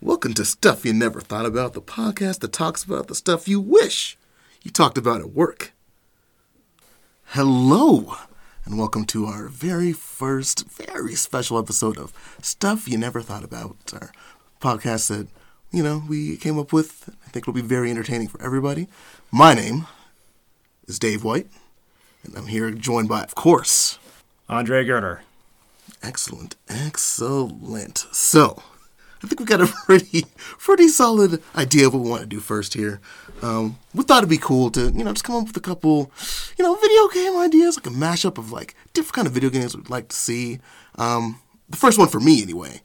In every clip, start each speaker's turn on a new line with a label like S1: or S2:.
S1: Welcome to Stuff You Never Thought About, the podcast that talks about the stuff you wish you talked about at work. Hello, and welcome to our very first, very special episode of Stuff You Never Thought About, our podcast that, you know, we came up with. I think will be very entertaining for everybody. My name is Dave White, and I'm here joined by, of course,
S2: Andre Gerner.
S1: Excellent, excellent. So, I think we got a pretty, pretty solid idea of what we want to do first here. Um, we thought it'd be cool to, you know, just come up with a couple, you know, video game ideas, like a mashup of like different kind of video games we'd like to see. Um, the first one for me, anyway,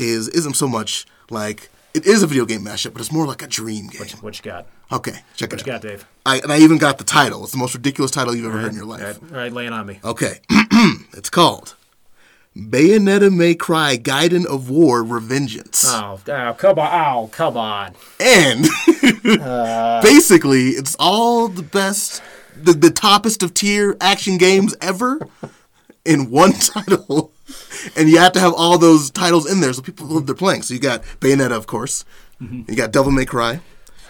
S1: is isn't so much like it is a video game mashup, but it's more like a dream game.
S2: What you got?
S1: Okay, check it
S2: What you
S1: out.
S2: got, Dave?
S1: I, and I even got the title. It's the most ridiculous title you've ever heard in your life.
S2: All right, all right, lay it on me.
S1: Okay, it's called Bayonetta May Cry Gaiden of War Revengeance.
S2: Oh, oh, come on! Oh, come on!
S1: And basically, it's all the best, the, the toppest of tier action games ever in one title. And you have to have all those titles in there so people know what they're playing. So you got Bayonetta, of course. You got Devil May Cry.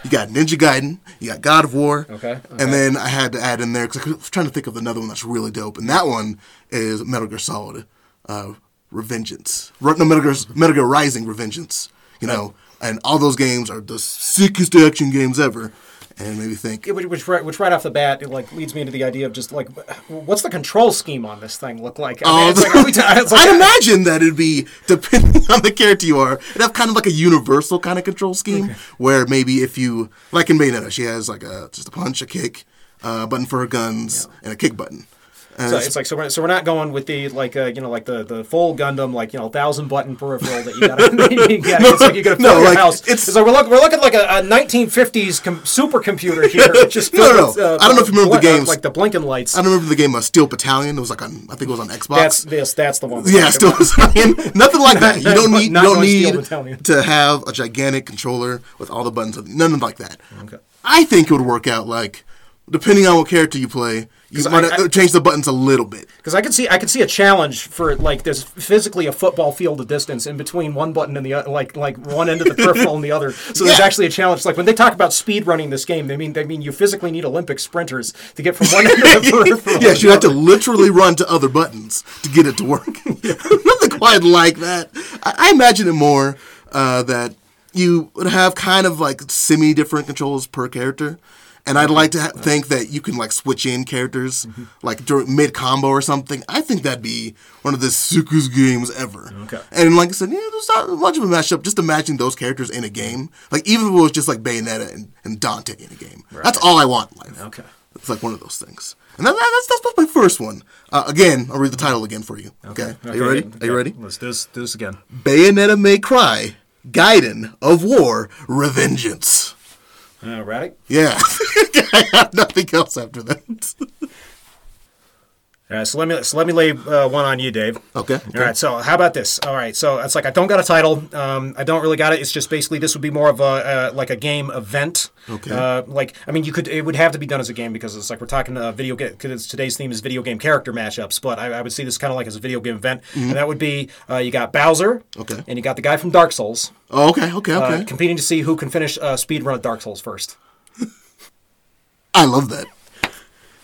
S1: You got Ninja Gaiden. You got God of War.
S2: Okay, okay.
S1: And then I had to add in there because I was trying to think of another one that's really dope. And that one is Metal Gear Solid uh, Revengeance. Ru- No, Metal Gear, Metal Gear Rising Revengeance. You know, and all those games are the sickest action games ever. And it made me think,
S2: Yeah, Which, which, right, which right off the bat, it like leads me into the idea of just like, what's the control scheme on this thing look like? I mean,
S1: Oh,
S2: it's like, are we ta- it's like-
S1: I imagine that it'd be depending on the character you are. It'd have kind of like a universal kind of control scheme where maybe if you like in Bayonetta, she has like a just a punch, a kick, uh, button for her guns, and a kick button. And
S2: So it's like so we're, so we're not going with the like uh, you know like the, the full Gundam like you know thousand button peripheral that you got to get. It's like you got to fill
S1: No,
S2: your
S1: like,
S2: house.
S1: it's-
S2: It's, like we're, look, we're looking like a, a 1950s com- supercomputer here. It's just
S1: No, no,
S2: filled
S1: no.
S2: with, uh,
S1: I don't know if you remember the
S2: bl- uh,
S1: games.
S2: like the blinking lights.
S1: I don't remember the game uh, Steel Battalion. It was like on, I think it was on Xbox.
S2: That's this. That's the one. we're
S1: yeah,
S2: talking
S1: Steel
S2: about.
S1: Battalion. Nothing like that. You don't
S2: Not-
S1: need.
S2: not
S1: you don't
S2: going Steel
S1: need
S2: Battalion.
S1: to have a gigantic controller with all the buttons. None of like that.
S2: Okay.
S1: I think it would work out like, depending on what character you play, you might
S2: I- I-
S1: change the buttons a little bit.
S2: Because I could see, I could see a challenge for like there's physically a football field of distance in between one button and the other, like like one end of the peripheral and the other. So there's
S1: Yeah.
S2: actually a challenge. Like when they talk about speed running this game, they mean they mean you physically need Olympic sprinters to get from one end of the peripheral.
S1: Yes, you have to literally run to other buttons to get it to work. Nothing quite like that. I, I imagine it more uh, that you would have kind of like semi different controls per character. And I'd like to ha- think that you can like switch in characters like during mid combo or something. I think that'd be one of the sickest games ever.
S2: Okay.
S1: And like I said, yeah, there's not much of a mashup. Just imagine those characters in a game. Like even if it was just like Bayonetta and, and Dante in a game. That's all I want in life.
S2: Okay.
S1: It's like one of those things. And that, that- that's, that's my first one. Uh, again, I'll read the title again for you. Okay. Are you
S2: Mm-hmm. Okay,
S1: ready? Are
S2: okay.
S1: you ready?
S2: Let's do this, do this again.
S1: Bayonetta May Cry, Gaiden of War, Revengeance.
S2: All right.
S1: Yeah. I have nothing else after that.
S2: All right, so let me so let me lay uh, one on you, Dave.
S1: Okay.
S2: All right, so how about this? All right, so it's like I don't got a title. Um, I don't really got it. It's just basically this would be more of a uh, like a game event.
S1: Okay.
S2: Uh, like I mean, you could it would have to be done as a game because it's like we're talking uh, video game. Because today's theme is video game character matchups, but I, I would see this kind of like as a video game event, and that would be uh, you got Bowser,
S1: Mm-hmm. Okay.
S2: and you got the guy from Dark Souls
S1: Oh, okay, okay,
S2: uh,
S1: okay.
S2: competing to see who can finish a speed run of Dark Souls first.
S1: I love that.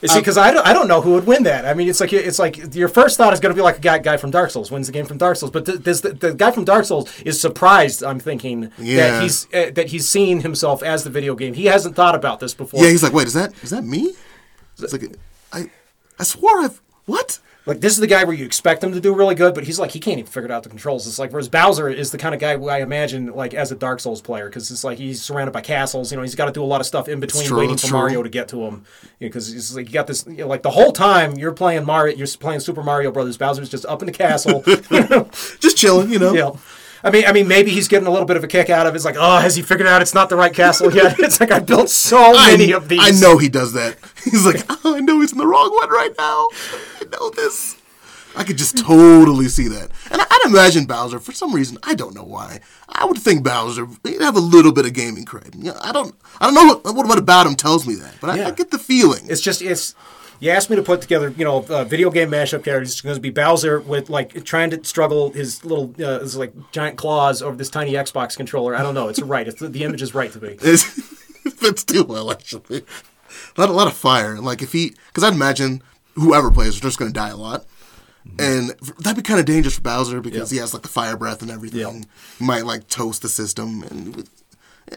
S2: You
S1: Um,
S2: See, because I, don't, I don't know who would win that. I mean, it's like it's like your first thought is going to be like a guy, guy from Dark Souls wins the game from Dark Souls, but th- this, the, the guy from Dark Souls is surprised. I'm thinking
S1: Yeah.
S2: that he's uh, that he's seen himself as the video game. He hasn't thought about this before.
S1: Yeah, he's like, wait, is that is that me? It's like, I, I swore I've. What?
S2: Like this is the guy where you expect him to do really good, but he's like he can't even figure out the controls. It's like whereas Bowser is the kind of guy who I imagine like as a Dark Souls player because it's like he's surrounded by castles. You know, he's got to do a lot of stuff in between
S1: true,
S2: waiting
S1: it's
S2: for
S1: true.
S2: Mario to get to him. Because it's like you got this you know, like the whole time you're playing Mario, you're playing Super Mario Brothers. Bowser's just up in the castle.
S1: Just chilling, you know.
S2: yeah. I mean, I mean, maybe he's getting a little bit of a kick out of it. It's like, oh, has he figured out it's not the right castle yet? It's like I built so
S1: I,
S2: many of these.
S1: I "Ah, know he does that. He's like, oh, I know he's in the wrong one right now. I know this. I could just totally see that. And I- I'd imagine Bowser, for some reason, I don't know why, I would think Bowser, he'd have a little bit of gaming cred. You know, I don't I don't know what, what about him tells me that, but I, I
S2: Yeah.
S1: get the feeling.
S2: It's just it's. You asked me to put together, you know, a video game mashup character. It's going to be Bowser with like trying to struggle his little, uh, his like giant claws over this tiny Xbox controller. I don't know. It's right. It's, the image is right to me.
S1: It's, it fits too well, actually. A lot, a lot of fire. And, Like, if he, because I'd imagine whoever plays is just going to die a lot. And f- that'd be kind of dangerous for Bowser because
S2: Mm-hmm. Yeah.
S1: he has, like, the fire breath and everything.
S2: Yeah.
S1: He might, like, toast the system. And it would-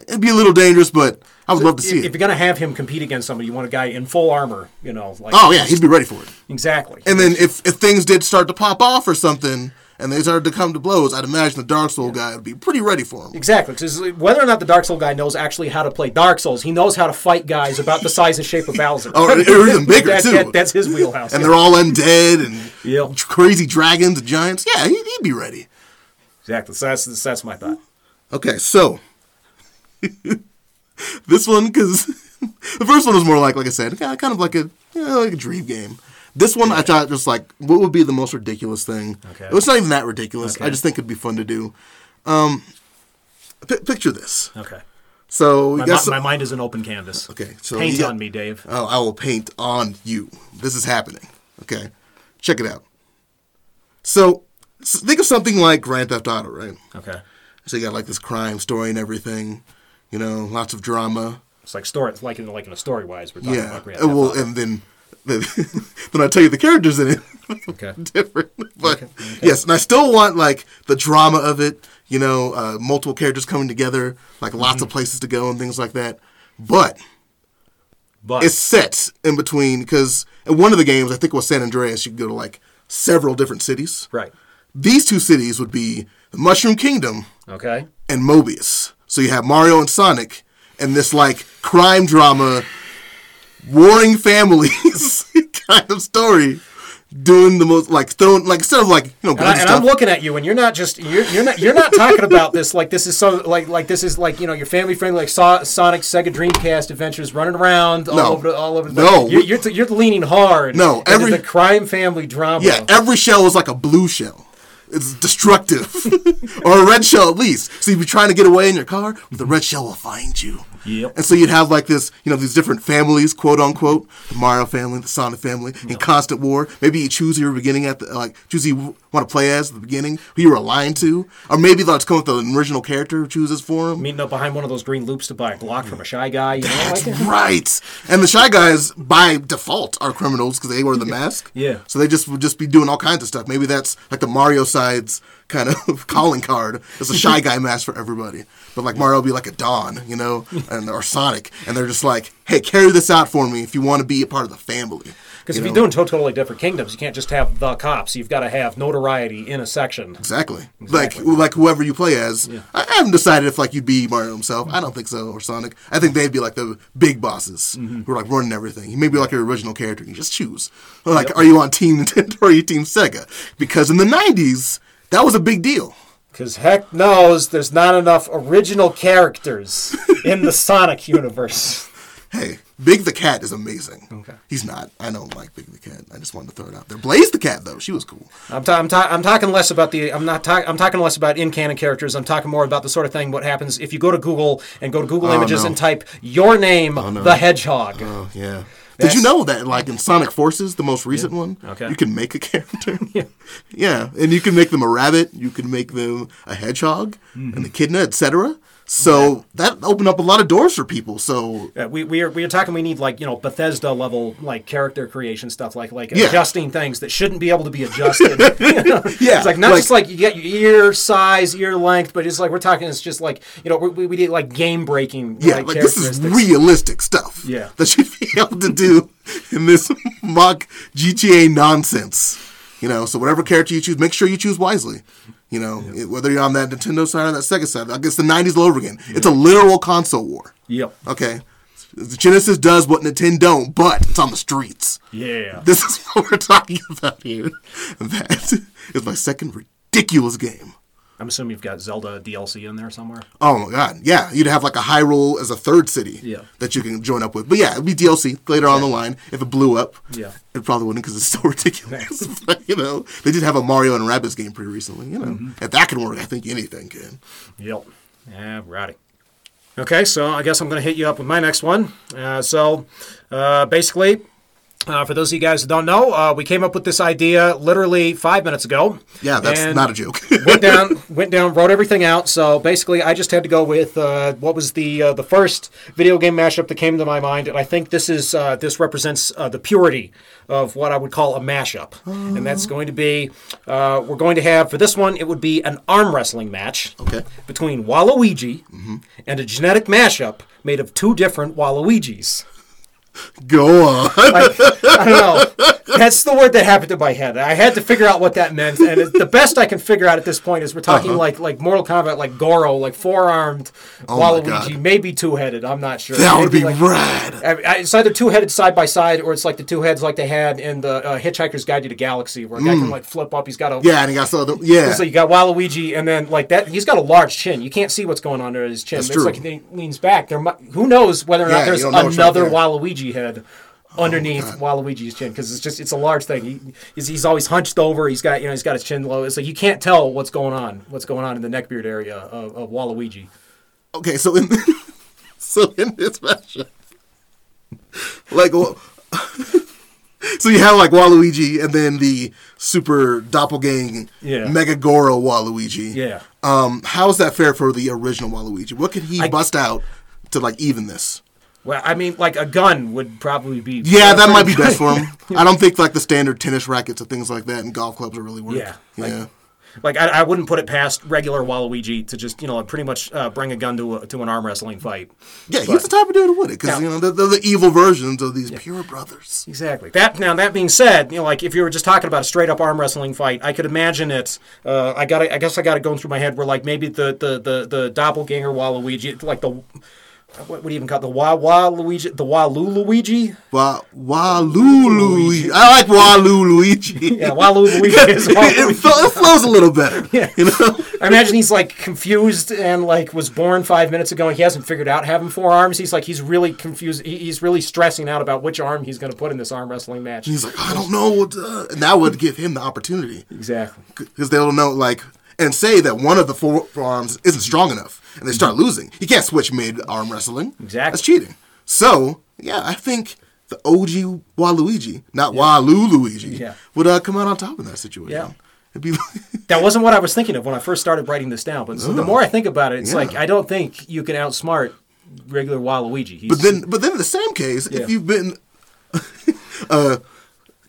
S1: it'd be a little dangerous, but I would love to see
S2: If, if
S1: it.
S2: you're going to have him compete against somebody, you want a guy in full armor. You know, like
S1: Oh, yeah, he'd be ready for it.
S2: exactly.
S1: And then if, if things did start to pop off or something and they started to come to blows, I'd imagine the Dark Soul guy would be pretty ready for him.
S2: Exactly, because whether or not the Dark Soul guy knows actually how to play Dark Souls, he knows how to fight guys about the size and shape of Bowser.
S1: Or, or Oh, even bigger,
S2: That-
S1: too.
S2: that- that's his wheelhouse.
S1: and
S2: yeah.
S1: they're all undead and
S2: Yeah.
S1: crazy dragons and giants. Yeah, he, he'd be ready.
S2: Exactly. So that's that's my thought.
S1: Okay, so this one because the first one was more like, like I said, kind of like a you know, like a dream game. This one I thought just like, what would be the most ridiculous thing?
S2: Okay.
S1: It was not even that ridiculous. I
S2: Okay.
S1: just think it'd be fun to do. Um, pi picture this.
S2: Okay.
S1: So you
S2: My,
S1: got
S2: mi-
S1: some-
S2: my mind is an open canvas.
S1: Okay, so
S2: paint
S1: you got-
S2: on me, Dave.
S1: Oh, I will paint on you. This is happening. Okay, check it out. So s- think of something like Grand Theft Auto, right?
S2: Okay.
S1: So you got like this crime story and everything, you know, lots of drama.
S2: It's like story, it's like in like in a story wise, we're talking
S1: Yeah.
S2: about Grand
S1: Uh,
S2: Theft
S1: well,
S2: Auto.
S1: and then then then I tell you the characters in it
S2: Okay.
S1: different. But yes, and I still want like the drama of it. You know, uh, multiple characters coming together, like lots of places to go and things like that. But
S2: But
S1: it's set in between because in one of the games, I think it was San Andreas, you could go to like several different cities.
S2: right.
S1: These two cities would be the Mushroom Kingdom
S2: Okay.
S1: and Mobius. So you have Mario and Sonic and this like crime drama, warring families kind of story, doing the most like throwing like instead of like you know
S2: And, I,
S1: guns and
S2: and I'm
S1: stuff.
S2: looking at you, and you're not just you're, you're not you're not talking about this like this is so like like this is like you know your family friendly like so- Sonic Sega Dreamcast adventures running around all
S1: No.
S2: over the, all over the
S1: No.
S2: you're you're, t- you're leaning hard
S1: No,
S2: into
S1: every-
S2: the crime family drama
S1: Yeah, every shell is like a blue shell. It's destructive, or a red shell at least. So you'd be trying to get away in your car, the red shell will find you.
S2: Yep.
S1: And so you'd have like this, you know, these different families, quote unquote, the Mario family, the Sonic family, in constant war. Maybe you choose who you're beginning at, the, like choose who you want to play as at the beginning, who you're aligned to, or maybe they'll just come up with an original character who chooses for them.
S2: meeting up behind one of those green loops to buy a block from a shy guy you know
S1: That's
S2: like
S1: right. And the shy guys, by default, are criminals because they wear the mask.
S2: Yeah.
S1: So they just would just be doing all kinds of stuff. Maybe that's like the Mario side's kind of calling card. It's a shy guy mask for everybody. But like Mario will be like a Don, you know, and or Sonic, and they're just like, hey, carry this out for me if you want to be a part of the family.
S2: Because
S1: You know?
S2: if you're doing two totally different kingdoms, you can't just have the cops. You've got to have notoriety in a section.
S1: Exactly. Like like whoever you play as. I I haven't decided if like you'd be Mario himself. I don't think so, or Sonic. I think they'd be like the big bosses who are like running everything. You may be like your original character and you just choose. Or, Like, are you on Team Nintendo or are you Team Sega? Because in the nineties, that was a big deal.
S2: Because heck knows there's not enough original characters in the Sonic universe.
S1: Hey, Big the Cat is amazing.
S2: Okay.
S1: He's not. I don't like Big the Cat. I just wanted to throw it out there. Blaze the Cat though, she was cool.
S2: I'm, ta- I'm, ta- I'm talking less about the. I'm not. Ta- I'm talking less about in canon characters. I'm talking more about the sort of thing what happens if you go to Google and go to Google Images
S1: Oh, no.
S2: and type your name, the Hedgehog.
S1: Oh yeah. Did
S2: That's-
S1: you know that like in Sonic Forces, the most recent one,
S2: Okay.
S1: you can make a character. yeah. and you can make them a rabbit, you can make them a hedgehog,
S2: Mm-hmm.
S1: an echidna, etc. So that opened up a lot of doors for people. So
S2: Uh, we we are we are talking. We need like you know Bethesda level like character creation stuff, like like
S1: Yeah.
S2: adjusting things that shouldn't be able to be adjusted.
S1: Yeah,
S2: it's like not
S1: like-
S2: just like you get your ear size, ear length, but it's like we're talking. It's just like you know we we, we need like game breaking.
S1: yeah, like this is
S2: characteristics.
S1: realistic stuff.
S2: Yeah.
S1: That you'd be able to do in this mock GTA nonsense. You know, so whatever character you choose, make sure you choose wisely. You know, it- whether you're on that Nintendo side or that Sega side, I guess the 90s all over again. It's a literal console war.
S2: Yep.
S1: Okay. Genesis does what Nintendo don't, but it's on the streets.
S2: Yeah.
S1: This is what we're talking about here. That is my second ridiculous game.
S2: I'm assuming you've got Zelda DLC in there somewhere.
S1: Oh my god, yeah, you'd have like a Hyrule as a third city
S2: Yeah.
S1: that you can join up with. But yeah, it'd be DLC later on the line if it blew up.
S2: Yeah.
S1: it probably wouldn't because it's so ridiculous. But, you know, they did have a Mario and Rabbids game pretty recently. You know,
S2: Mm-hmm.
S1: if that can work, I think anything can.
S2: Yep. Alrighty. Okay, so I guess I'm going to hit you up with my next one. Uh, so uh, basically, uh, for those of you guys who don't know, uh, we came up with this idea literally five minutes ago.
S1: Yeah, that's
S2: And-
S1: not a joke.
S2: went down, went down, wrote everything out. So basically, I just had to go with uh, what was the uh, the first video game mashup that came to my mind, and I think this is uh, this represents uh, the purity of what I would call a mashup, and that's going to be uh, we're going to have for this one it would be an arm wrestling match
S1: Okay.
S2: between Waluigi and a genetic mashup made of two different Waluigis.
S1: Go on.
S2: Like, I don't know. That's the word that happened to my head. I had to figure out what that meant, and it, the best I can figure out at this point is we're talking
S1: Uh-huh.
S2: like like Mortal Kombat, like Goro, like four armed
S1: Oh my
S2: Waluigi,
S1: God.
S2: maybe two headed. I'm not sure.
S1: That would
S2: Maybe,
S1: be
S2: like-
S1: rad.
S2: I- I- it's either two headed side by side, or it's like the two heads like they had in the uh, Hitchhiker's Guide to the Galaxy, where a guy can like flip up. He's got a
S1: Hmm. Yeah, and he got some other. Yeah,
S2: so you got Waluigi, and then like that, he's got a large chin. You can't see what's going on under his chin. It's
S1: true.
S2: like he leans back. There, mi- who knows whether or
S1: Yeah,
S2: not there's
S1: you don't know what's right
S2: another
S1: there. Oh,
S2: Waluigi head underneath Waluigi's chin because it's just it's a large thing. He, he's, he's always hunched over. He's got you know he's got his chin low. It's like you can't tell what's going on. What's going on in the neckbeard area of, of Waluigi?
S1: Okay, so in so in this matchup, like, wha- so you have like Waluigi, and then the super doppelgang,
S2: Yeah.
S1: Mega Goro Waluigi.
S2: Yeah.
S1: Um, how is that fair for the original Waluigi? What could he
S2: I-
S1: bust out to like even this?
S2: Well, I mean, like a gun would probably be
S1: Yeah, that might be
S2: pretty
S1: best
S2: good.
S1: for him. I don't think like the standard tennis rackets and things like that and golf clubs are really work.
S2: Yeah, like-
S1: yeah.
S2: Like I, I wouldn't put it past regular Waluigi to just you know pretty much uh, bring a gun to a, to an arm wrestling fight.
S1: Yeah, he's the type of dude who would it because
S2: Yeah.
S1: you know they're, they're the evil versions of these pure brothers.
S2: Exactly. That now that being said, you know, like if you were just talking about a straight up arm wrestling fight, I could imagine it. Uh, I got. I guess I got it going through my head where like maybe the the the, the doppelganger Waluigi, like the what, what do you even call it? the Wa Waluigi, the Walu Luigi?
S1: Wa- Waluigi. I like Waluigi.
S2: Yeah, Walu Luigi is
S1: it,
S2: Waluigi.
S1: flo- it flows a little better.
S2: Yeah.
S1: You know?
S2: I imagine he's like confused and like was born five minutes ago and he hasn't figured out having four arms. He's like he's really confused. He, he's really stressing out about which arm he's going to put in this arm wrestling match.
S1: He's like, I don't know. What to-" And that would give him the opportunity
S2: Exactly.
S1: because they'll know, like, and say that one of the forearms isn't strong enough and they start losing. You can't switch mid arm wrestling.
S2: Exactly.
S1: That's cheating. So, yeah, I think the OG Waluigi, not Walu Luigi,
S2: Yeah.
S1: would uh, come out on top in that situation.
S2: Yeah.
S1: It'd be
S2: That wasn't what I was thinking of when I first started writing this down. But so the more I think about it, it's
S1: Yeah.
S2: like I don't think you can outsmart regular Waluigi. He's,
S1: But then, but then in the same case,
S2: Yeah.
S1: if you've been uh,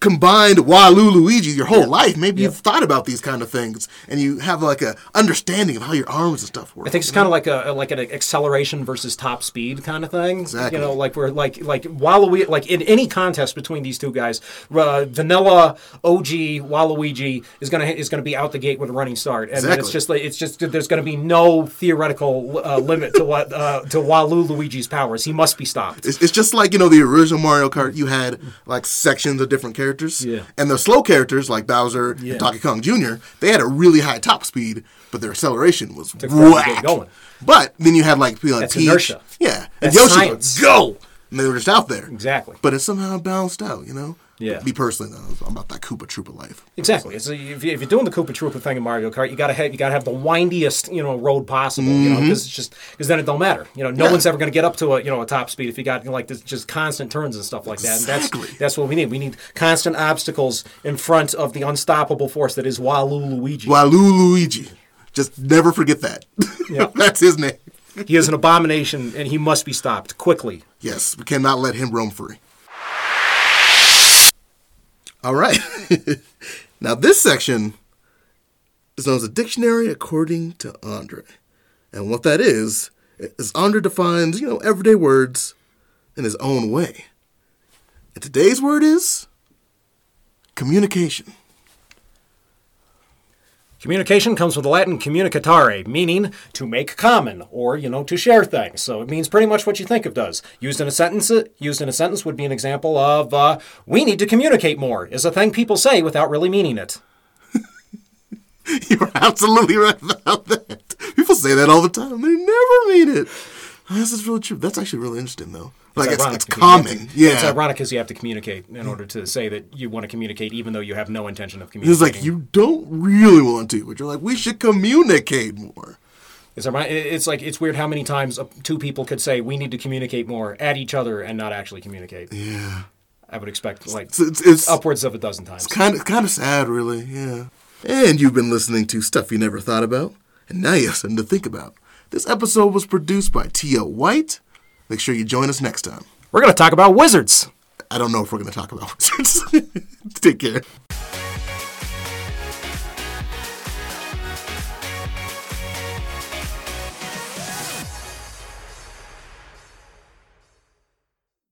S1: combined Walu Luigi your whole life, maybe you've thought about these kind of things and you have like a understanding of how your arms and stuff work.
S2: I think it's kind of like a like an acceleration versus top speed kind of thing.
S1: Exactly.
S2: You know, like we're like like Waluigi, like in any contest between these two guys, uh, vanilla OG Waluigi is gonna is gonna be out the gate with a running start, and then it's
S1: Exactly.
S2: just like it's just there's gonna be no theoretical uh, limit to what uh, to Walu Luigi's powers. He must be stopped.
S1: It's, it's just like you know the original Mario Kart. You had like sections of different characters,
S2: Yeah.
S1: and the slow characters like Bowser
S2: Yeah.
S1: and Donkey Kong Jr. They had a really high top speed, but their acceleration was
S2: forever to get
S1: whack.
S2: going.
S1: But then you had like people like
S2: That's
S1: Peach,
S2: inertia.
S1: yeah, and
S2: That's
S1: Yoshi
S2: science.
S1: would go, and they were just out there
S2: Exactly.
S1: But it somehow balanced out, you know.
S2: Yeah.
S1: Me personally, though, I'm about that Koopa Troopa life.
S2: Exactly. It's, if, you, if you're doing the Koopa Troopa thing in Mario Kart, you gotta have you gotta have the windiest you know road possible. You know, because it's just because then it don't matter. You know, no
S1: Mm-hmm. Yeah.
S2: one's ever gonna get up to a you know a top speed if you got you know, like this just constant turns and stuff like that. And
S1: Exactly.
S2: that's that's what we need. We need constant obstacles in front of the unstoppable force that is Walu Luigi.
S1: Walu Luigi. Just never forget that.
S2: Yeah.
S1: That's his name.
S2: He is an abomination, and he must be stopped quickly.
S1: Yes, we cannot let him roam free. All right. now, this section is known as a dictionary according to Andre. And what that is, is Andre defines, you know, everyday words in his own way. And today's word is communication.
S2: Communication comes from the Latin communicatare, meaning to make common or you know to share things. So it means pretty much what you think it does. Used in a sentence, used in a sentence would be an example of uh, "we need to communicate more" is a thing people say without really meaning it.
S1: You're absolutely right about that. People say that all the time. They never mean it. This is real true. That's actually really interesting, though. Like it's,
S2: ironic
S1: it's
S2: because you have
S1: common.
S2: to-
S1: yeah,
S2: It's ironic because you have to communicate in order to say that you want to communicate, even though you have no intention of
S1: It's
S2: communicating.
S1: like you don't really want to, but you're like, we should communicate more.
S2: It's, ironi- it- it's like it's weird how many times uh, two people could say we need to communicate more at each other and not actually communicate.
S1: Yeah,
S2: I would expect like
S1: so it's it's
S2: upwards of a dozen times.
S1: kind of kind of sad, really. Yeah. And you've been listening to stuff you never thought about, and now you have something to think about. This episode was produced by T.O. White. Make sure you join us next time.
S2: We're gonna talk about wizards.
S1: I don't know if we're going to talk about wizards. Take care.